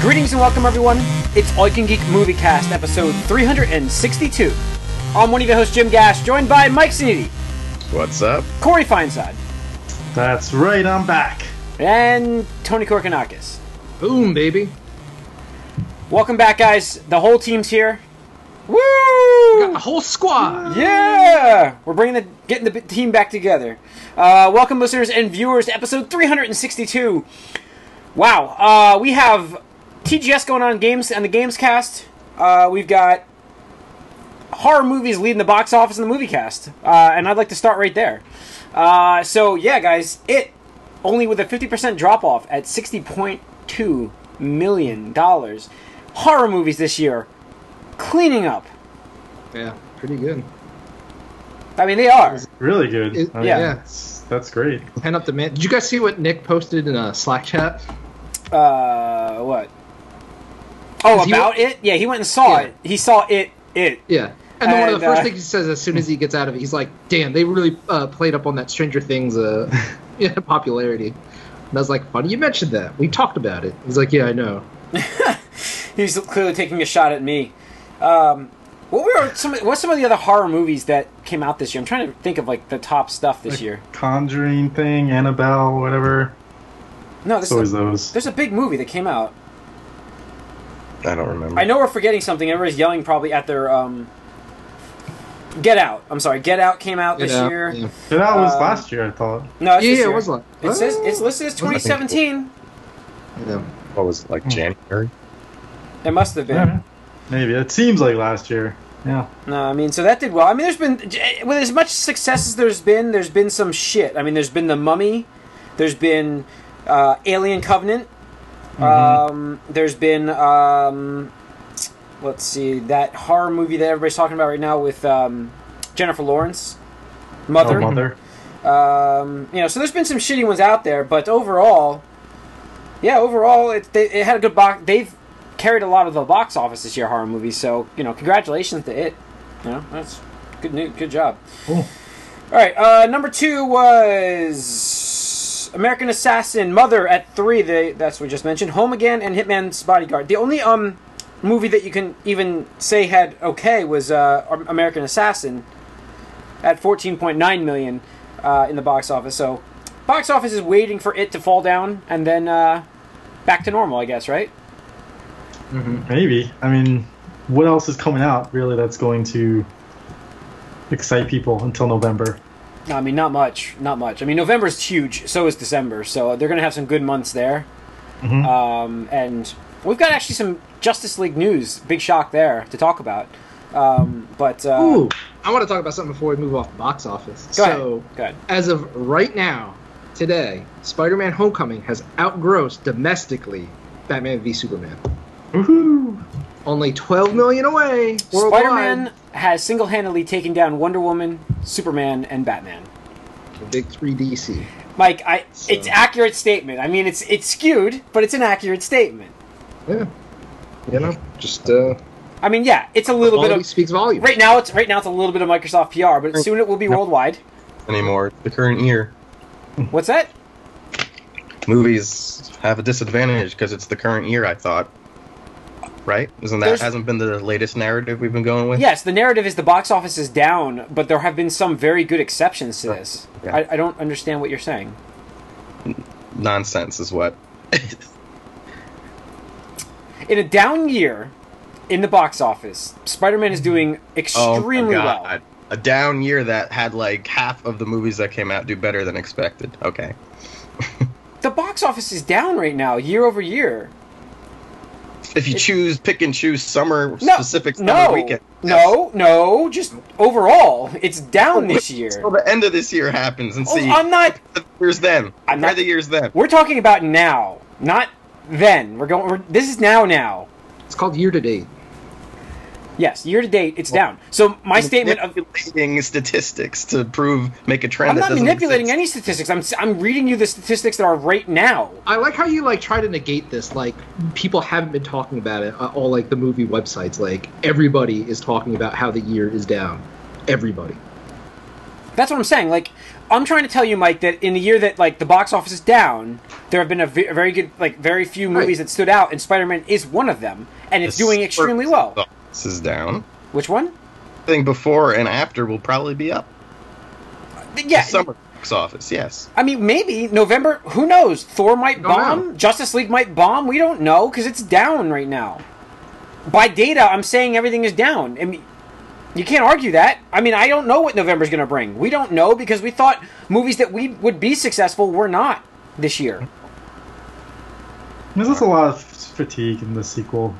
Greetings and welcome, everyone. It's All You Can Geek Movie Cast, episode 362. I'm one of your hosts, Jim Gash, joined by Mike Sneedy, What's up? Corey Feinsod, That's right, I'm back. and Tony Korkanakis. Boom, baby. Welcome back, guys. The whole team's here. Woo! Got the whole squad. Yeah, we're bringing the getting the b- team back together. Uh, welcome, listeners and viewers, to episode 362. Wow, uh, we have TGS going on games and the Games Cast. Uh, we've got horror movies leading the box office in the movie cast, uh, and I'd like to start right there. Uh, so yeah, guys, it only with a 50% drop off at 60.2 million dollars. Horror movies this year cleaning up. Yeah, pretty good. I mean, they are. Really good. It- I Oh, mean, yeah. That's, that's great. Pent up demand. Did you guys see what Nick posted in a Slack chat? uh what oh 'Cause he about it yeah he went and saw Yeah. it he saw it it Yeah. And then one of the And, first uh, things he says as soon as he gets out of it, he's like, "Damn, they really uh, played up on that Stranger Things uh, yeah, popularity." And I was like, "Funny you mentioned that. We talked about it." He's like, "Yeah, I know." he's clearly taking a shot at me um what were some what's some of the other horror movies that came out this year i'm trying to think of like the top stuff this year Conjuring thing, Annabelle, whatever. no this It's always is a, those. there's a big movie that came out I don't remember. i know we're forgetting something everybody's yelling probably at their um Get Out. I'm sorry. Get Out came out You this know? year. Yeah, That was um, last year, I thought. No, it's yeah, this yeah, year. it was like It says it's listed as Wasn't it? 2017. Yeah. What was it, like January? It must have been. Yeah, Maybe. It seems like last year. Yeah. No, I mean, so that did well. I mean, there's been eh, with as much success as there's been, there's been some shit. I mean, there's been the Mummy, there's been uh, Alien Covenant, um, there's been um, let's see that horror movie that everybody's talking about right now with um, Jennifer Lawrence, Oh, Mother. mother. Um, you know, so there's been some shitty ones out there, but overall, yeah, overall, it they, it had a good box. They've carried a lot of the box office this year, horror movies. So you know, congratulations to it. You know, that's good news. Good job. Cool. All right, uh, number two was American Assassin Mother at three. They, that's what we just mentioned. Home Again and Hitman's Bodyguard. The only um movie that you can even say had okay was uh, Am- American Assassin at 14.9 million uh, in the box office. So box office is waiting for it to fall down and then uh, back to normal, I guess. Right? Maybe. I mean, what else is coming out, really, that's going to excite people until November? I mean, not much, not much. I mean, November's huge. So is December. So they're going to have some good months there. Mm-hmm. Um, and we've got actually some Justice League news. Big shock there to talk about. Um, but uh, Ooh, I want to talk about something before we move off the box office. go so, ahead. Go ahead. as of right now, today, Spider-Man: Homecoming has outgrossed domestically Batman v Superman. Woohoo! Only 12 million away. worldwide. Spider-Man has single-handedly taken down Wonder Woman, Superman, and Batman. The big 3 DC. Mike, I it's So- accurate statement. I mean, it's it's skewed, but it's an accurate statement. Yeah. You know, just uh, I mean, yeah, it's a little bit quality of speaks volume. right now. It's right now. It's a little bit of Microsoft PR, but soon it will be worldwide. Anymore. The current year. What's that? Movies have a disadvantage because it's the current year, I thought. Right? Isn't that There's- hasn't been the latest narrative we've been going with? Yes, the narrative is the box office is down, but there have been some very good exceptions to this. Yeah. I, I don't understand what you're saying. Nonsense is what. In a down year in the box office, Spider-Man is doing Oh my extremely God. well. A down year that had like half of the movies that came out do better than expected. Okay. The box office is down right now, year over year. If you choose, pick and choose summer No, specific summer no, weekend. no, no. Just overall, it's down this year. Till the end of this year happens and Oh, see. I'm not. the years then. I'm Where not- the years then. We're talking about now, not then. We're going. We're, this is now. Now. It's called year to date. Yes, year to date, it's down. So my statement of manipulating statistics to prove make a trend. I'm that not doesn't manipulating exist. any statistics. I'm s- I'm reading you the statistics that are right now. I like how you like try to negate this. Like people haven't been talking about it. uh, All like the movie websites. Like everybody is talking about how the year is down. Everybody. That's what I'm saying. Like, I'm trying to tell you, Mike, that in the year that like the box office is down, there have been a, ve- a very good, like, very few movies that stood out, and Spider-Man is one of them, and it's The doing extremely well. This is down. Which one? I think before and after will probably be up. Yeah, Summer box office, yes. I mean, maybe November. Who knows? Thor might Don't bomb. know. Justice League might bomb. We don't know because it's down right now. By data, I'm saying everything is down. I mean, you can't argue that. I mean, I don't know what November's going to bring. We don't know because we thought movies that we would be successful were not this year. There's just a lot of fatigue in the sequel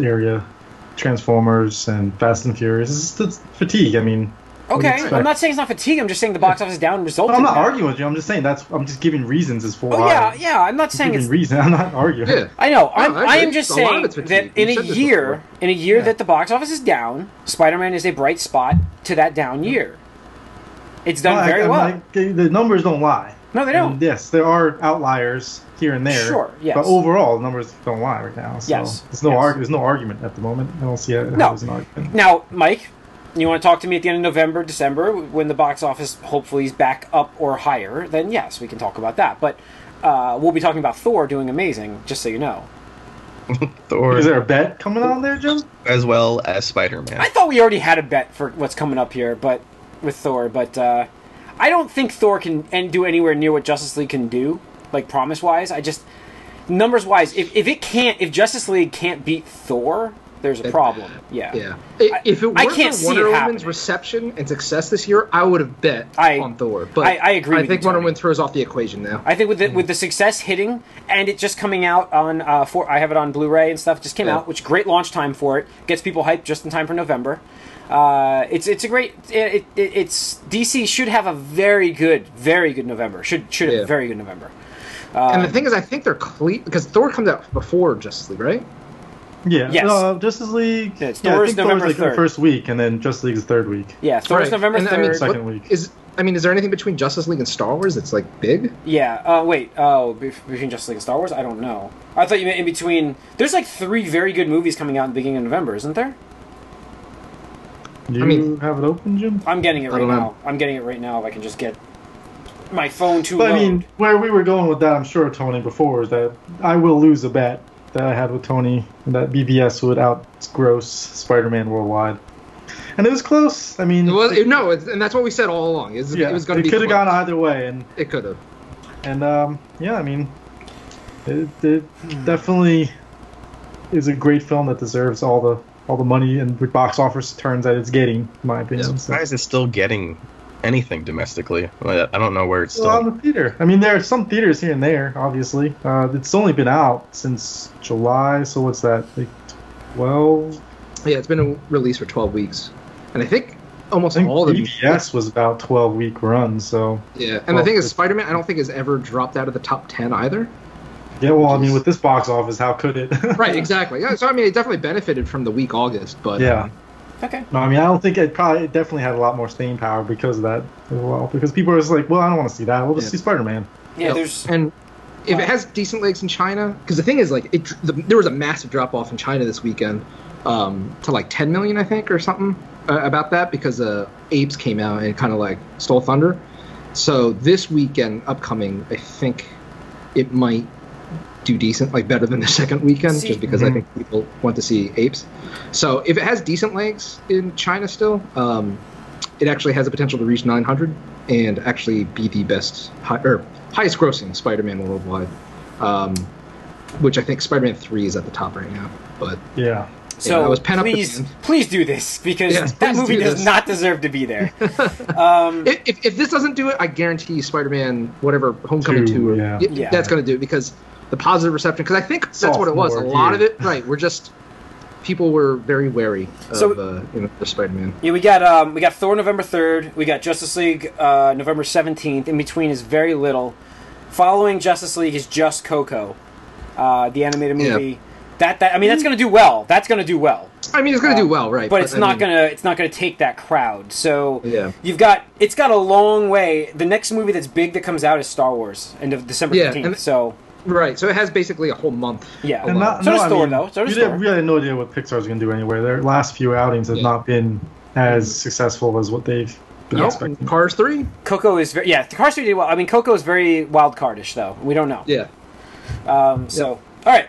area. Transformers and Fast and Furious. It's just fatigue. I mean, What do you Okay, expect? I'm not saying it's not fatigue. I'm just saying the box office is down resulted. but I'm not in that. arguing with you. I'm just saying that's. I'm just giving reasons as for Oh why. yeah, yeah. I'm not saying Giving it's reason. I'm not arguing. Yeah. I know. I'm, I agree. I am just A lot of saying it's fatigue. that in You've a said this year, before. in a year Yeah. that the box office is down, Spider-Man is a bright spot to that down year. It's done Well, I- very I'm well. like, the, the numbers don't lie. no, they don't. And yes, there are outliers here and there. Sure, yes. But overall, the numbers don't lie right now. So Yes, There's no yes. arg- There's no argument at the moment. I don't see it. No. There's an argument. Now, Mike, you want to talk to me at the end of November, December, when the box office hopefully is back up or higher? Then yes, we can talk about that. But uh, we'll be talking about Thor doing amazing, just so you know. Thor Is there a bet coming on there, Jim? as well as Spider Man. I thought we already had a bet for what's coming up here, but with Thor, but uh, I don't think Thor can and do anywhere near what Justice League can do, like promise wise. I just numbers wise, if, if it can't, if Justice League can't beat Thor, there's a problem. Yeah, Yeah. I, if it I weren't can't for see Wonder it Woman's happening. reception and success this year, I would have bet I- on Thor. But I- I agree I with you, think Wonder Tony. Woman throws off the equation now. I think with the, with Hmm. the success hitting and it just coming out on uh, for I have it on Blu-ray and stuff just came Yeah. out, which great launch time for it gets people hyped just in time for November. Uh, it's it's a great it, it, it's DC should have a very good very good November should should have Yeah. a very good November. and the thing is, I think they're clean because Thor comes out before Justice League, right? Yeah. Yes. Uh, Justice League. Yeah, it's yeah, I Thor's think November Thor's like the 3rd. first week, and then Justice League's the third week. Yeah, Thor's Right. November And, I mean, third. Second what- week. Is I mean, is there anything between Justice League and Star Wars that's like big? yeah. Uh, wait. Oh, bef- between Justice League and Star Wars, I don't know. I thought you meant in between. There's like three very good movies coming out in the beginning of November, isn't there? You mean- have it open, Jim? I'm getting it I right don't now. know. I'm getting it right now. If I can just get my phone to. But I load. mean, where we were going with that, I'm sure Tony before is that I will lose a bet that I had with Tony that BBS would outgross Spider-Man worldwide, and it was close. I mean, Well, it, no, it's, and that's what we said all along. It's, yeah, it was going to be. could have close. gone either way, and It could have. and um, yeah, I mean, it, it definitely is a great film that deserves all the all the money and box office turns that it's getting, in my opinion. Yeah. So- Why is it still getting anything domestically? Like, I don't know where it's still. Still on the theater. I mean, there are some theaters here and there. Obviously, uh, it's only been out since July. So what's that? Like twelve? Yeah, it's been in release for twelve weeks, and I think I almost think all the BBS was about twelve week run. So Yeah, and Well, the thing it's- is, Spider Man, I don't think has ever dropped out of the top ten either. yeah, well, I mean, with this box office, how could it? Right, exactly. Yeah, so I mean, it definitely benefited from the weak August, but yeah. okay. No, I mean, I don't think it probably it definitely had a lot more staying power because of that as well. Because people are just like, well, I don't want to see that. We'll just Yeah. see Spider Man. Yeah, Yep. there's and if it has decent legs in China, because the thing is, like, it the, there was a massive drop off in China this weekend um, to like 10 million, I think, or something uh, about that because uh, Apes came out and kind of like stole thunder. So this weekend upcoming, I think it might do decent, like better than the second weekend, See- just because Mhm. I think people want to see Apes. So if it has decent legs in China still, um, it actually has the potential to reach 900 and actually be the best hi- or highest grossing Spider-Man worldwide, um, which I think Spider-Man 3 is at the top right now. But Yeah. so I was pent up at please, the end. please do this because Yeah, that please movie do does this. not deserve to be there. um, if, if, if this doesn't do it, I guarantee you Spider-Man whatever Homecoming Two, 2, or, yeah. y- Yeah. that's going to do it because the positive reception because I think that's what it was. A Sophomore, lot of yeah. it, right? We're just people were very wary of So- uh, you know, the Spider-Man. Yeah, we got um, we got Thor November third. We got Justice League uh, November seventeenth. In between is very little. Following Justice League is just Coco, uh, the animated Yeah. movie. That that I mean, that's going to do well. That's going to do well, I mean, it's going to do well, right? Uh, but it's I not mean, gonna it's not gonna take that crowd. So Yeah. you've got it's got a long way. The next movie that's big that comes out is Star Wars, end of December Yeah, fifteenth. and- so Right, so it has basically a whole month. yeah, And not- so does I Thor mean, though. So does you Thor. didn't- we had no idea what Pixar's going to do anywhere. Their last few outings have Yeah. not been as successful as what they've been Nope. expecting. Cars three. Coco is very yeah. The Cars three did well. I mean, Coco is very wild cardish though. We don't know. Yeah. Um, so all right,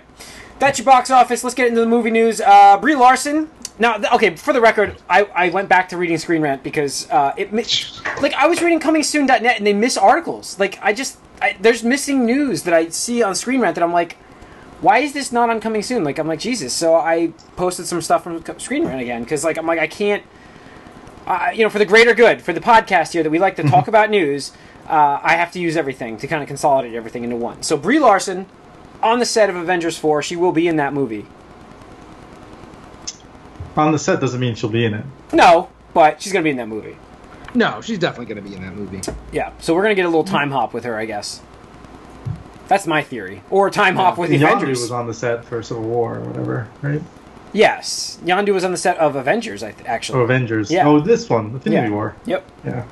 that's your box office. Let's get into the movie news. Uh, Brie Larson. Now, th- okay, for the record, I, I went back to reading Screen Rant because uh, it mi- like I was reading ComingSoon.net and they miss articles. Like I just I, there's missing news that I see on Screen Rant that I'm like, why is this not on Coming Soon? Like I'm like Jesus. So I posted some stuff from Co- Screen Rant again because like I'm like I can't uh, you know, for the greater good, for the podcast here that we like to talk about news, uh, I have to use everything to kind of consolidate everything into one. So Brie Larson on the set of Avengers Four, she will be in that movie. On the set doesn't mean she'll be in it. No, but she's gonna be in that movie. No, she's definitely going to be in that movie. Yeah, so we're gonna get a little time hop with her, I guess. That's my theory, or time hop with the Yondu Avengers. was on the set for Civil War or whatever, right? yes, Yondu was on the set of Avengers, I th- Oh, actually. Avengers. Yeah. Oh, this one, Infinity Yeah. War. Yep. Yeah.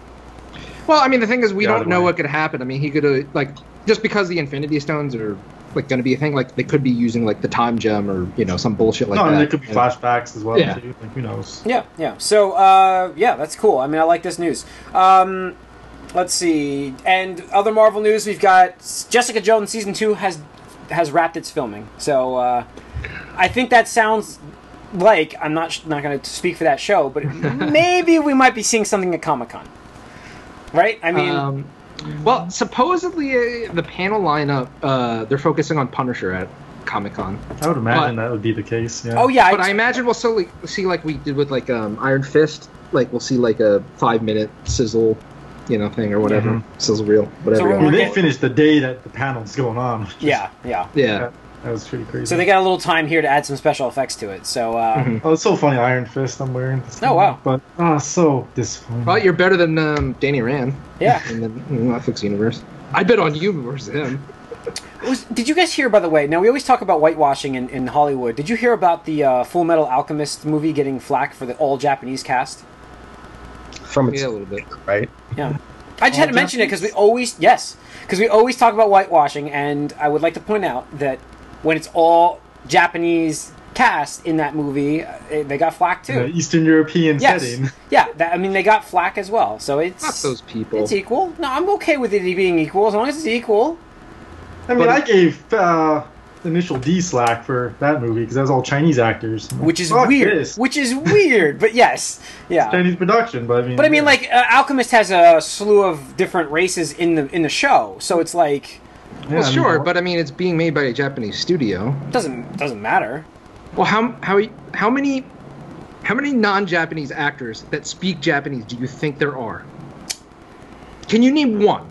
Well, I mean, the thing is, we Yeah, don't either know way. what could happen. I mean, he could have like just because the Infinity Stones are like going to be a thing. Like they could be using like the time gem or you know some bullshit like no, that. and there could be Yeah. flashbacks as well. Yeah. Too. Like, who knows? Yeah, yeah. So, uh, yeah, that's cool. I mean, I like this news. Um, let's see. And other Marvel news, we've got Jessica Jones season two has has wrapped its filming. So, uh, I think that sounds like I'm not sh- not going to speak for that show, but maybe we might be seeing something at Comic Con. Right? I mean, Um, well, supposedly uh, the panel lineup uh, they're focusing on Punisher at Comic Con. I would imagine But- that would be the case. Yeah. oh yeah, but I imagine we'll still, like, see like we did with like um, Iron Fist, like we'll see like a five minute sizzle, you know, thing or whatever Mhm. sizzle reel, whatever. So you we're- I mean, want. they finished the day that the panel's going on. which is- yeah, yeah. yeah, That was pretty crazy. So they got a little time here to add some special effects to it. So, uh, Mhm. Oh, it's so funny, Iron Fist I'm wearing. This Oh, wow. But, ah, so disappointing. well, you're better than um, Danny Rand yeah. in the Netflix universe. I bet on you versus him. Was, did you guys hear, by the way? Now we always talk about whitewashing in, in Hollywood. Did you hear about the uh, Full Metal Alchemist movie getting flack for the all Japanese cast? From its Yeah, a little bit. right. Yeah, I just had to mention it because we always yes, because we always talk about whitewashing, and I would like to point out that when it's all Japanese cast in that movie, uh, they got flack In an too. Eastern European Yes, setting. yeah. That, I mean, they got flack as well. So it's Fuck those people. It's equal. No, I'm okay with it being equal as long as it's equal. I mean, But- I gave uh, initial D slack for that movie because that was all Chinese actors, Which is Fuck weird. this. Which is weird, but yes, yeah. Chinese production, but I mean, But I mean, yeah. like uh, Alchemist has a slew of different races in the in the show, so it's like Yeah, well, I mean, sure, but I mean, it's being made by a Japanese studio. doesn't doesn't matter. Well, how how how many how many non-Japanese actors that speak Japanese do you think there are? Can you name one?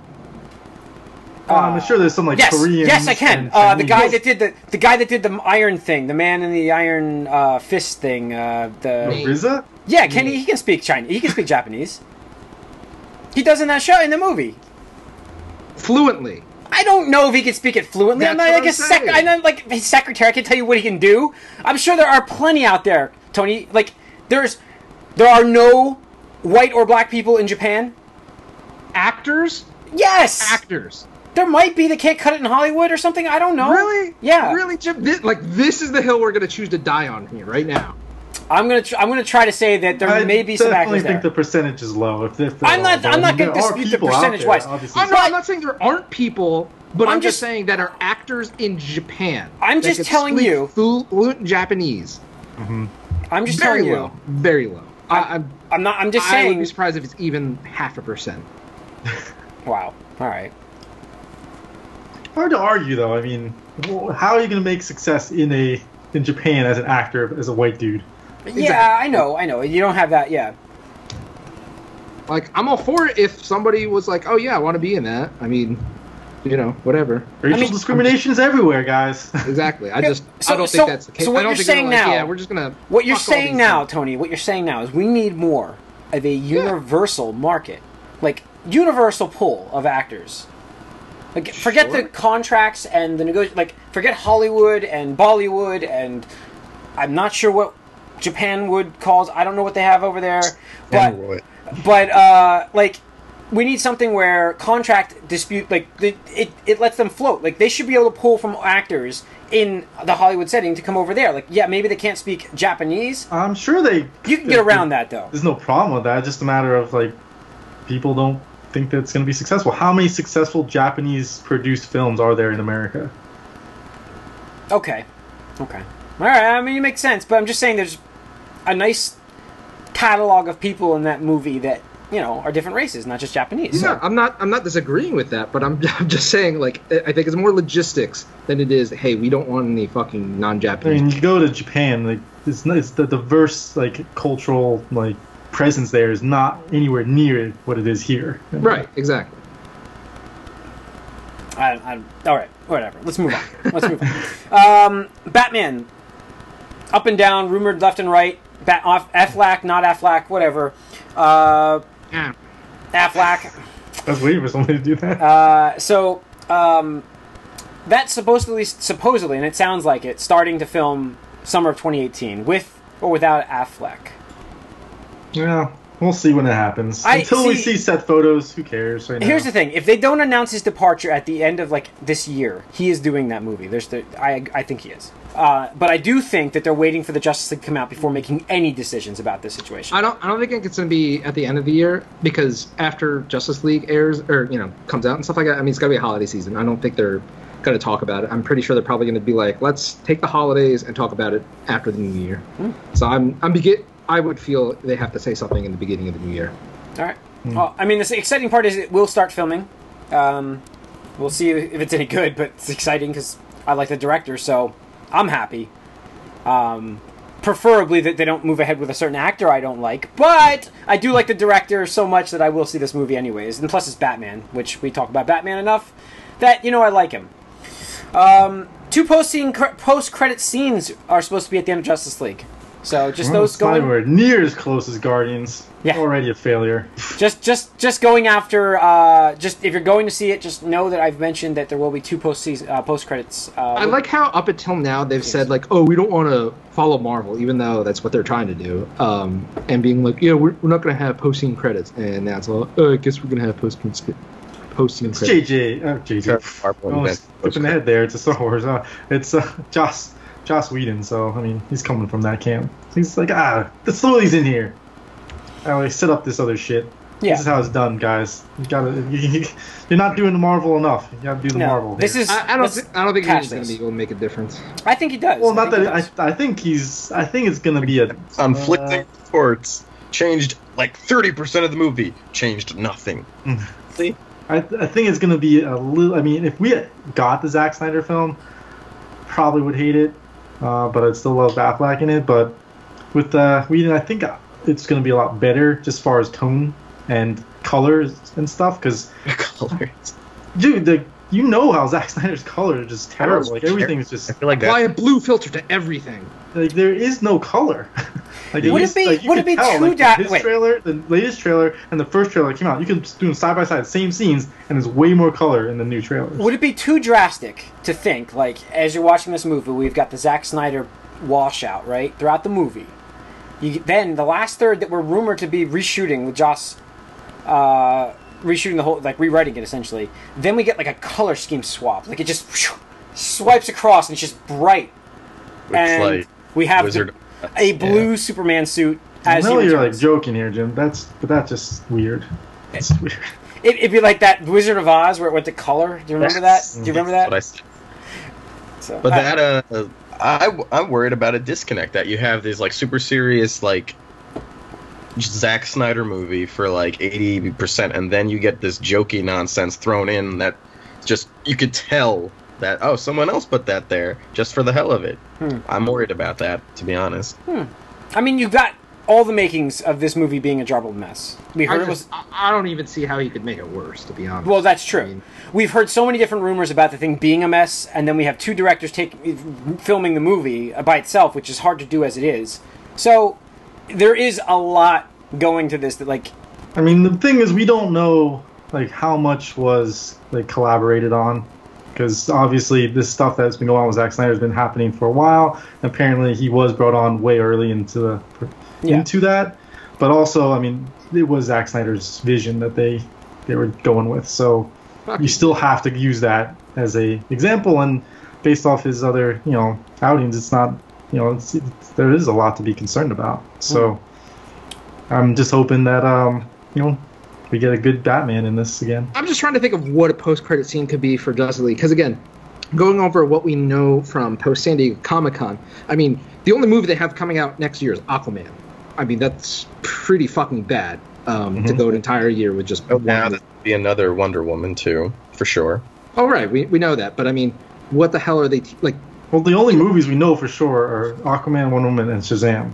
um, I'm sure there's some like Yes, Korean. yes, I can. Uh, the guy that did the the guy that did the iron thing, the man in the iron uh, fist thing. Uh, the Me. RZA. yeah, can he, he can speak Chinese? He can speak Japanese. He does in that show in the movie. Fluently. I don't know if he can speak it fluently. I'm not That's like what a I'm sec. saying. I'm not like his secretary. I can tell you what he can do. I'm sure there are plenty out there, Tony. Like there's, there are no white or black people in Japan. Actors? Yes, Actors. there might be. They can't cut it in Hollywood or something. I don't know. Really? Yeah. Really, Jim? This, like this is the hill we're gonna choose to die on here right now. I'm gonna. Tr- I'm gonna try to say that there I may be some definitely actors think there. the percentage is low. If, if I'm not- but I'm not gonna there are dispute the people out there, percentage-wise. obviously. I'm not, I'm not saying there aren't people, but I'm I'm, just- just, saying that are actors in Japan. I'm that just can telling speak you. flu- fluent Japanese. I'm just very telling you. low. Very low. I, I'm. I'm not. I'm just I would saying. be surprised if it's even half a percent. Wow. All right. Hard to argue, though. I mean, wh- how are you going to make success in a in Japan as an actor as a white dude? Yeah, I know. I know. You don't have that. Yeah. Like, I'm all for it if somebody was like, "Oh yeah, I want to be in that." I mean, you know, whatever. Racial mean- discrimination is everywhere, guys. Exactly. I Yeah, just so- I don't so- think that's the case. so what I don't you're think they're saying like, now- Yeah, we're just gonna. What you're fuck all saying these now, things. Tony, what you're saying now is we need more of a universal market, like universal pool of actors. Like forget the Sure. contracts and the nego- like forget Hollywood and Bollywood and I'm not sure what Japan would calls. I don't know what they have over there, but Anyway. but uh, like we need something where contract dispute like the, it, it lets them float like they should be able to pull from actors in the hollywood setting to come over there like yeah maybe they can't speak japanese I'm sure they. you can get around that though There's no problem with that. It's just a matter of like people don't think that it's going to be successful. How many successful Japanese produced films are there in America? Okay. Okay. All right. I mean, it makes sense, but I'm just saying there's a nice catalog of people in that movie that you know are different races, not just Japanese. Yeah, I'm not. I'm not disagreeing with that, but I'm, I'm just saying, like, I think it's more logistics than it is. Hey, we don't want any fucking I non-Japanese. mean, you go to Japan, like it's, not- it's the diverse like cultural like presence there is not anywhere near what it is here. Right. Exactly. So, I, I, all right. Whatever. Let's move on. Let's move on. Um, Batman. Up and down, rumored left and right. Bat off Affleck, not Affleck, whatever. Uh, Yeah. Affleck. That's weird for somebody to do that. Uh, so um, that's supposedly supposedly, and it sounds like it, starting to film summer of 2018 with or without Affleck. yeah, we'll see when it happens. I- Until we see- see set photos, who cares? Right now. Here's the thing: if they don't announce his departure at the end of like this year, he is doing that movie. There's the I I think he is, uh, but I do think that they're waiting for the Justice League to come out before making any decisions about this situation. I don't. I don't think it's going to be at the end of the year because after Justice League airs or you know comes out and stuff like that. I mean, it's got to be a holiday season. I don't think they're going to talk about it. I'm pretty sure they're probably going to be like, let's take the holidays and talk about it after the new year. So I'm. I'm begin. I would feel they have to say something in the beginning of the new year. All right. Well, I mean, the exciting part is it will start filming. Um, we'll see if it's any good, but it's exciting because I like the director, so I'm happy. Um, preferably that they don't move ahead with a certain actor I don't like, but I do like the director so much that I will see this movie anyways. And plus, it's Batman, which we talk about Batman enough that you know I like him. Um, two post scene post credit scenes are supposed to be at the end of Justice League, so just Well, those it's not going. anywhere near as close as Guardians. Yeah. Already a failure. just just just going after uh just if you're going to see it just know that i've mentioned that there will be two post season uh, post credits uh I like how up until now they've said like, oh, we don't want to follow Marvel, even though that's what they're trying to do, um, and being like, yeah, we're, we're not going to have posting credits, and now it's all, oh, I guess we're going to have posting posting It's credits. JJ. Oh, JJ. Marvel Oh, invented skipping ahead there. It's a Star Wars. Uh, it's uh, Joss Joss Whedon. So I mean, he's coming from that camp. He's like, ah, the slowly's in here. I always set up this other shit. This yeah is how it's done, guys. You gotta. You're not doing the Marvel enough. You gotta do the no, Marvel. this here. is I, I don't. this- Think, I don't think cash he's going to this. be able to make a difference. i think he does uh, Well, I not think he that does. I, I think he's. I think it's gonna be a. conflicting Uh, reports changed like 30% of the movie changed nothing see I, I think it's gonna be a little. I mean, if we got the Zack Snyder film, probably would hate it, uh, but I'd still love Affleck in it. But with uh, Whedon, I think it's gonna be a lot better just far as tone and colors and stuff. Because the colors dude, the, you know how Zack Snyder's color is just terrible. Like everything's i just feel like Apply that a blue filter to everything. like there is no color. Would like, it is- be- you would it could be tell, true like, that- This wait. trailer, the latest trailer, and the first trailer that came out. You can do them side by side, same scenes, and there's way more color in the new trailers. would it be too drastic to think like as you're watching this movie we've got the Zack snyder washout right throughout the movie you, then the last third that we're rumored to be reshooting with joss uh reshooting the whole like rewriting it essentially then we get like a color scheme swap like it just swipes across and it's just bright and like we have Wizard the- a blue Superman suit. As I know he you're returns. like joking here, Jim. That's but that's just weird. Eh. That's weird. it, it'd be like that Wizard of Oz where it went to color. Do you remember that? Yes. Do you remember That's what I that? said. So- but uh, that uh i i'm worried about a disconnect that you have these like super serious like Zack Snyder movie for like 80% and then you get this jokey nonsense thrown in that just you could tell that oh someone else put that there just for the hell of it. Hmm. I'm worried about that to be honest. Hmm. I mean, you've got all the makings of this movie being a jarbled mess. We I, heard it was just, I, I don't even see how he could make it worse, to be honest. Well, that's true. I mean- We've heard so many different rumors about the thing being a mess, and then we have two directors taking filming the movie by itself, which is hard to do as it is. So there is a lot going to this that, like, I mean, the thing is, we don't know like how much was like collaborated on, because obviously this stuff that's been going on with Zack Snyder has been happening for a while. Apparently, he was brought on way early into the Yeah. into that, but also, I mean, it was Zack Snyder's vision that they they were going with. So you still have to use that as a example, and based off his other you know outings, it's not you know it's, it's, there is a lot to be concerned about. So. I'm just hoping that um, you know, we we get a good Batman in this again. I'm just trying to think of what a post-credit scene could be for Justice League. Because again, going over what we know from post San Diego Comic Con, I mean, the only movie they have coming out next year is Aquaman. I mean, that's pretty fucking bad um, to go an entire year with just Mm-hmm. Oh, one now there'll be another Wonder Woman too, for sure. All right, we, we know that, but I mean, what the hell are they t- like? Well, the only movies we know for sure are Aquaman, Wonder Woman, and Shazam.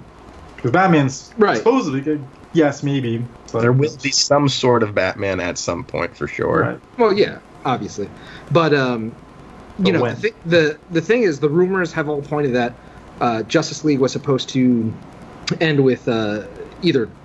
Because Batman's Right. supposedly good. Yes, maybe. But There will be some sort of Batman at some point for sure. Right. Well, yeah, obviously, but um, you But know, when? the, thi- the the thing is, the rumors have all pointed that uh, Justice League was supposed to end with uh, either Darkseid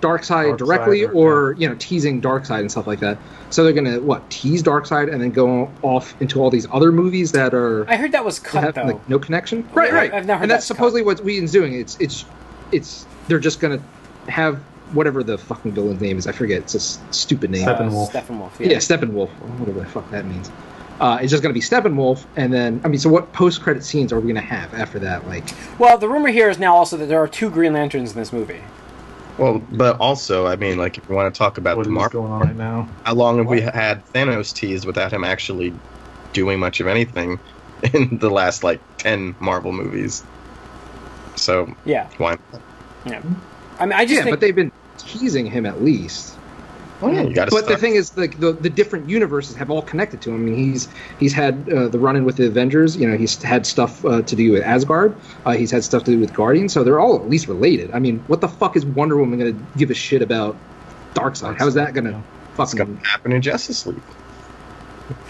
Darkseid directly or- or you know teasing Darkseid and stuff like that. So they're gonna what tease Darkseid and then go off into all these other movies that are I heard that was that cut have, though. like, no connection. Yeah, Right, right. I've not heard and that that's supposedly what Whedon's doing. It's it's it's they're just gonna have whatever the fucking villain's name is. I forget. It's a s- stupid name. Uh, Steppenwolf. Steppenwolf. Yeah, Steppenwolf. Whatever the fuck that means. Uh, it's just going to be Steppenwolf, and then I mean, so what post-credit scenes are we going to have after that? Like, Well, the rumor here is now also that there are two Green Lanterns in this movie. Well, but also, I mean, like if you want to talk about What the is Marvel, going on right now? how long have we had Thanos teased without him actually doing much of anything in the last like ten Marvel movies? So Yeah, why? yeah. I mean, I just yeah, think but they've been teasing him at least. Well, Oh, yeah, you got to. But the thing is, like the, the different universes have all connected to him. I mean, he's he's had uh, the run-in with the Avengers. You know, he's had stuff uh, to do with Asgard. Uh, he's had stuff to do with Guardians. So they're all at least related. I mean, what the fuck is Wonder Woman going to give a shit about Darkseid? How's that going to Yeah. It's fucking? gonna happen in Justice League.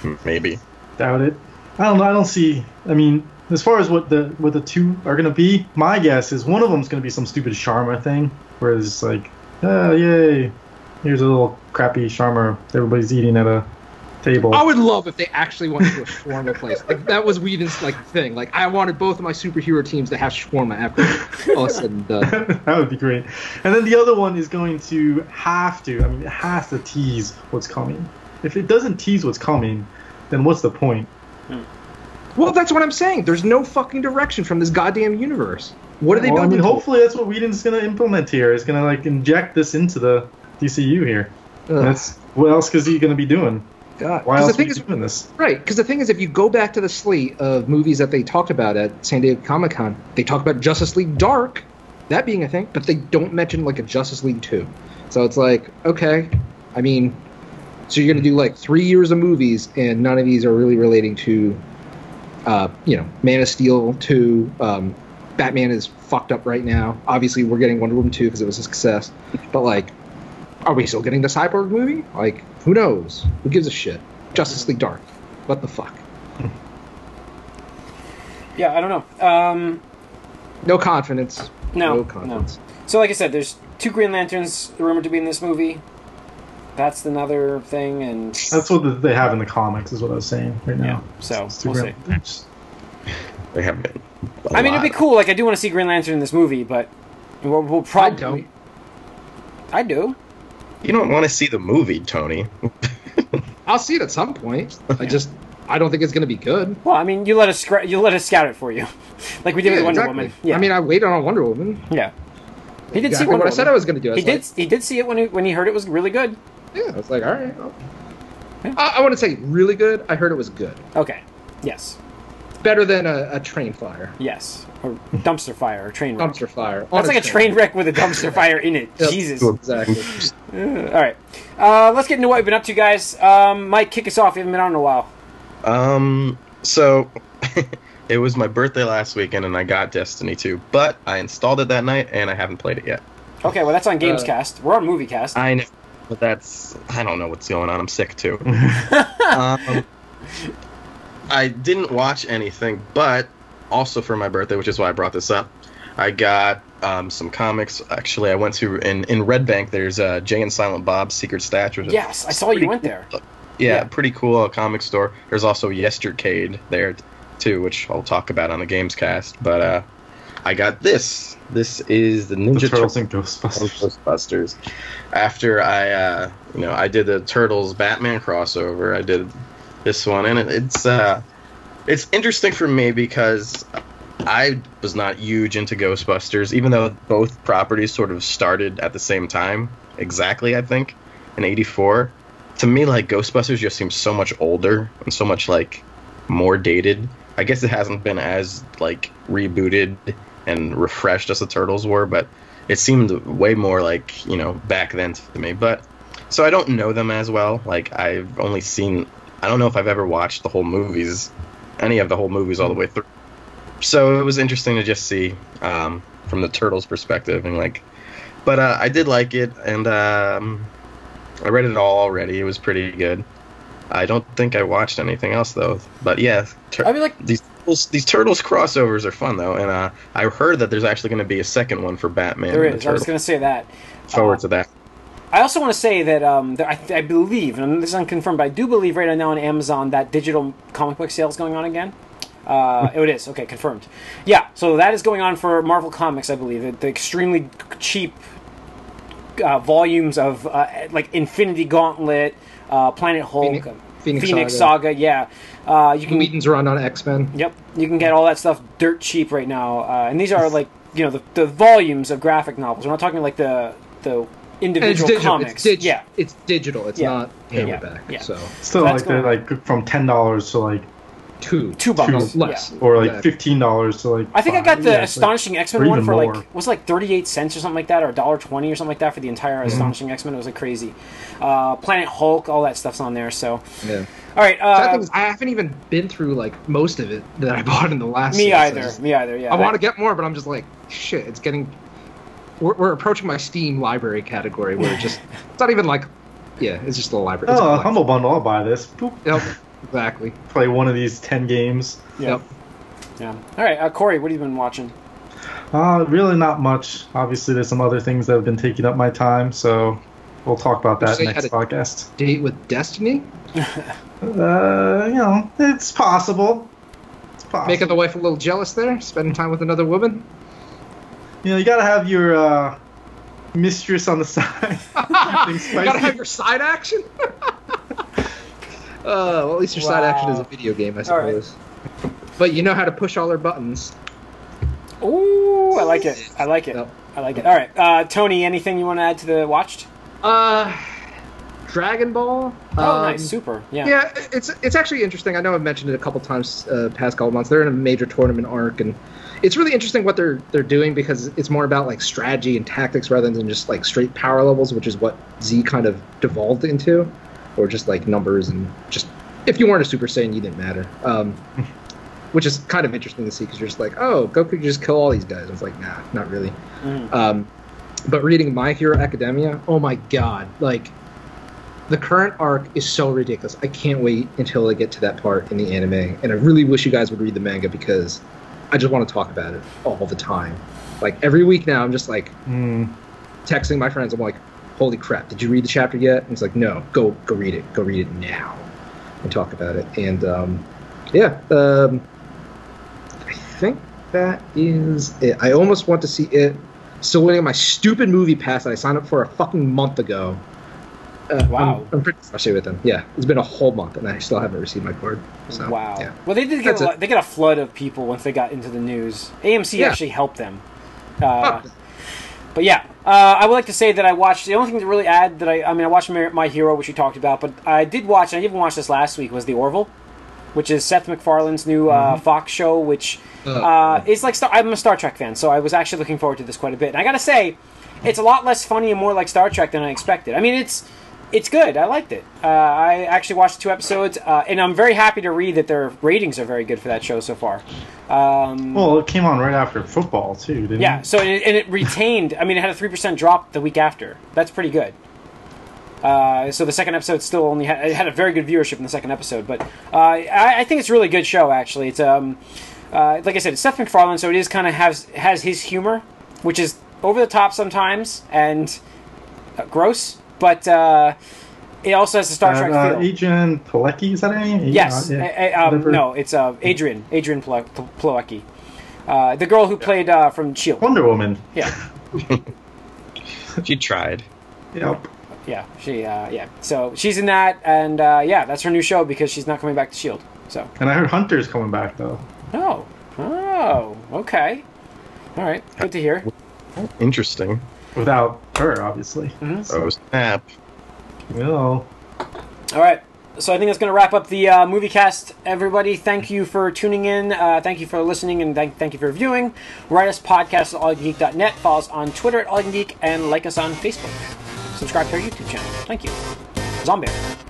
Hmm, Maybe. Doubt it. I don't know. I don't see. I mean, as far as what the what the two are gonna be, my guess is one of them's gonna be some stupid Sharma thing, where it's just like, oh yay, here's a little crappy Sharma everybody's eating at a table. I would love if they actually went to a shawarma place. Like that was Whedon's like thing. Like I wanted both of my superhero teams to have shawarma after all said and uh, done. that would be great. And then the other one is going to have to. I mean, it has to tease what's coming. If it doesn't tease what's coming, then what's the point? Well, that's what I'm saying. There's no fucking direction from this goddamn universe. What are they Well, I building? mean, to? hopefully that's what Whedon's gonna implement here. Is gonna like inject this into the DCU here. Ugh, That's what else is he gonna be doing? God. Why 'Cause else the thing are is, we doing this? right? Because the thing is, if you go back to the slate of movies that they talked about at San Diego Comic Con, they talk about Justice League Dark, that being a thing, but they don't mention like a Justice League Two. So it's like, okay, I mean, so you're going to do like three years of movies, and none of these are really relating to, uh, you know, Man of Steel Two. Um, Batman is fucked up right now. Obviously, we're getting Wonder Woman Two because it was a success, but like. Are we still getting the cyborg movie? Like, who knows? Who gives a shit? Justice League Dark. What the fuck? yeah, I don't know. Um, No confidence. No, No confidence. so, like I said, there's two Green Lanterns rumored to be in this movie. That's another thing, and That's what they have in the comics, is what I was saying right yeah. now. So It's too we'll see. grand. They have been. a I mean, lot. it'd be cool. Like, I do want to see Green Lantern in this movie, but we'll, we'll I probably don't. I do. You don't want to see the movie, Tony. I'll see it at some point. I just, I don't think it's going to be good. Well, I mean, you let us scra- you let us scout it for you, like we did with Wonder Woman. Yeah, I mean, I waited on Wonder Woman. yeah. He did Exactly see Wonder what I Woman. said I was going to do. I He was did. He did see it when he, when he heard it was really good. Like, yeah, I was like, all right. I'll- Yeah. I, I want to say really good. I heard it was good. Okay. Yes. Better than a, a train fire, Yes. Or dumpster fire or train wreck. dumpster fire. on That's like a train wreck with a dumpster fire in it. Yep. Jesus. Sure. Exactly. All right. Uh, let's get into what we've been up to, guys. Um, Mike, kick us off. You haven't been on in a while. Um, so it was my birthday last weekend, and I got Destiny 2, but I installed it that night, and I haven't played it yet. Okay, well, that's on Gamescast. We're on MovieCast. I know, but that's I don't know what's going on. I'm sick too. um, I didn't watch anything, but also for my birthday, which is why I brought this up, I got um, some comics. Actually, I went to in in Red Bank. There's uh, Jay and Silent Bob's Secret Stash. which is- yes, I saw you went there. yeah, Yeah. pretty cool uh, comic store. There's also Yestercade there t- too, which I'll talk about on the Games Cast. But uh, I got this. This is the The Ninja Turtles Turtles and Ghostbusters. Ghostbusters. After I, uh, you know, I did the Turtles Batman crossover. I did this one, and it, it's uh, it's interesting for me because I was not huge into Ghostbusters, even though both properties sort of started at the same time, exactly I think, in '84. to me, like Ghostbusters just seems so much older and so much like more dated. I guess it hasn't been as like rebooted and refreshed as the Turtles were, but it seemed way more like you know back then to me. But so I don't know them as well. Like I've only seen, I don't know if I've ever watched the whole movies, any of the whole movies all the way through. So it was interesting to just see um, from the Turtles' perspective and like, but uh, I did like it and. Um, I read it all already. It was pretty good. I don't think I watched anything else though. But yeah, tur- I mean, like- these turtles, these turtles crossovers are fun though, and uh, I heard that there's actually going to be a second one for Batman. There and is. The I was Turtles. going to say that. forward to that. I also want to say that um, there, I, I believe, and this is unconfirmed, but I do believe right now on Amazon that digital comic book sale is going on again. Uh, oh, it is okay, confirmed. Yeah, so that is going on for Marvel Comics, I believe. The- The extremely cheap uh, volumes of uh, like Infinity Gauntlet, uh, Planet Hulk, Phoenix- uh, Phoenix Saga. Yeah, uh, you can Wheaton's run on X Men. Yep, you can get all that stuff dirt cheap right now, uh, and these are like you know the, the volumes of graphic novels. We're not talking like the the And it's individual digital. It's, comics. dig- yeah, it's digital. It's Yeah. not Yeah. paperback. Yeah. So Still That's like they're like from ten dollars to like two, two bucks Two. yeah. less, or like Yeah. fifteen dollars to like. I think I five. got the Yeah, it's like- astonishing X Men or one even for more. like was it like thirty eight cents or something like that, or $1.20 or something like that for the entire Mm-hmm. astonishing X Men. It was like crazy. Uh, Planet Hulk, all that stuff's on there. So Yeah. all right, So I, uh, think I haven't even been through like most of it that I bought in the last. me year, so I either, just- me either. Yeah, I want to that- get more, but I'm just like, shit. It's getting. We're, we're approaching my Steam library category where it just it's not even like, yeah, it's just a library. It's a Oh, a collection. humble bundle. I'll buy this. Boop. Yep, exactly. Play one of these ten games. Yeah. Yep. yeah. All right, uh, Corey, what have you been watching? Uh, really not much. Obviously, there's some other things that have been taking up my time, so we'll talk about Would you that say next you podcast. Date with Destiny, Uh, you know, it's possible. It's possible. making the wife a little jealous there, spending time with another woman. you know, you gotta have your uh, mistress on the side. you gotta have your side action. uh, well, at least your side Wow. action is a video game, I All right. suppose. But you know how to push all her buttons. Ooh, I like it. I like it. Yep. I like it. All right, uh, Tony, anything you want to add to the watched? Uh, Dragon Ball. Oh, um, nice, super. Yeah. Yeah, it's it's actually interesting. I know I've mentioned it a couple times uh, past couple months. They're in a major tournament arc, and it's really interesting what they're they're doing because it's more about like strategy and tactics rather than just like straight power levels, which is what Z kind of devolved into, or just like numbers and just if you weren't a Super Saiyan, you didn't matter. Um, which is kind of interesting to see because you're just like, oh, Goku could just kill all these guys. I was like, nah, not really. Mhm. Um, but reading My Hero Academia, oh my god, like the current arc is so ridiculous. I can't wait until I get to that part in the anime, and I really wish you guys would read the manga because I just want to talk about it all the time. Like every week now, I'm just like Hmm. texting my friends. I'm like, "Holy crap! Did you read the chapter yet?" And it's like, "No, go go read it. Go read it now, and talk about it." And um, yeah, um, I think that is it. I almost want to see it. Still waiting on my stupid movie pass that I signed up for a fucking month ago. Uh, Wow. I'm, I'm pretty frustrated with them. Yeah, it's been a whole month, and I still haven't received my card. So, wow. Yeah. Well, they did get That's a, it. lot- they got a flood of people once they got into the news. AMC Yeah. actually helped them. Uh, Fuck. but yeah, uh, I would like to say that I watched. The only thing to really add that I, I mean, I watched My, My Hero, which you talked about, but I did watch. And I even watched this last week. Was the Orville, which is Seth MacFarlane's new uh, Fox show, which uh, it's like Star- I'm a Star Trek fan, so I was actually looking forward to this quite a bit. And I gotta say, it's a lot less funny and more like Star Trek than I expected. I mean, it's it's good. I liked it. Uh, I actually watched two episodes, uh, and I'm very happy to read that their ratings are very good for that show so far. Um, Well, it came on right after football too, didn't yeah. it? So and it, and it retained. I mean, it had a three percent drop the week after. That's pretty good. Uh, so the second episode still only had, it had a very good viewership in the second episode, but uh, I, I think it's a really good show actually. It's um, uh, like I said, it's Seth MacFarlane, so it is kind of has has his humor, which is over the top sometimes and uh, gross, but uh, it also has a Star Trek And, uh, feel. Adrian Pilecki, is that her name? Yes. Uh, yeah, A- a- um, whatever. no, it's uh, Adrian. Adrian Plo- Pl- Plowecki. Uh, the girl who played uh, from Shield. Wonder Woman. Yeah. She tried. Yep. Yeah, she. Uh, yeah, so she's in that, and uh, yeah, that's her new show because she's not coming back to Shield. E So And I heard Hunter's coming back though. oh, oh, okay, all right, good to hear. Interesting. Mm-hmm. Without her, obviously. Oh snap! Well, All right. So I think that's going to wrap up the uh, movie cast. Everybody, thank you for tuning in. Uh, thank you for listening, and thank, thank you for viewing. Write us podcast at allingeek.net. Follow us on Twitter at allingeek, and like us on Facebook. Subscribe to our YouTube channel. Thank you, Zombie.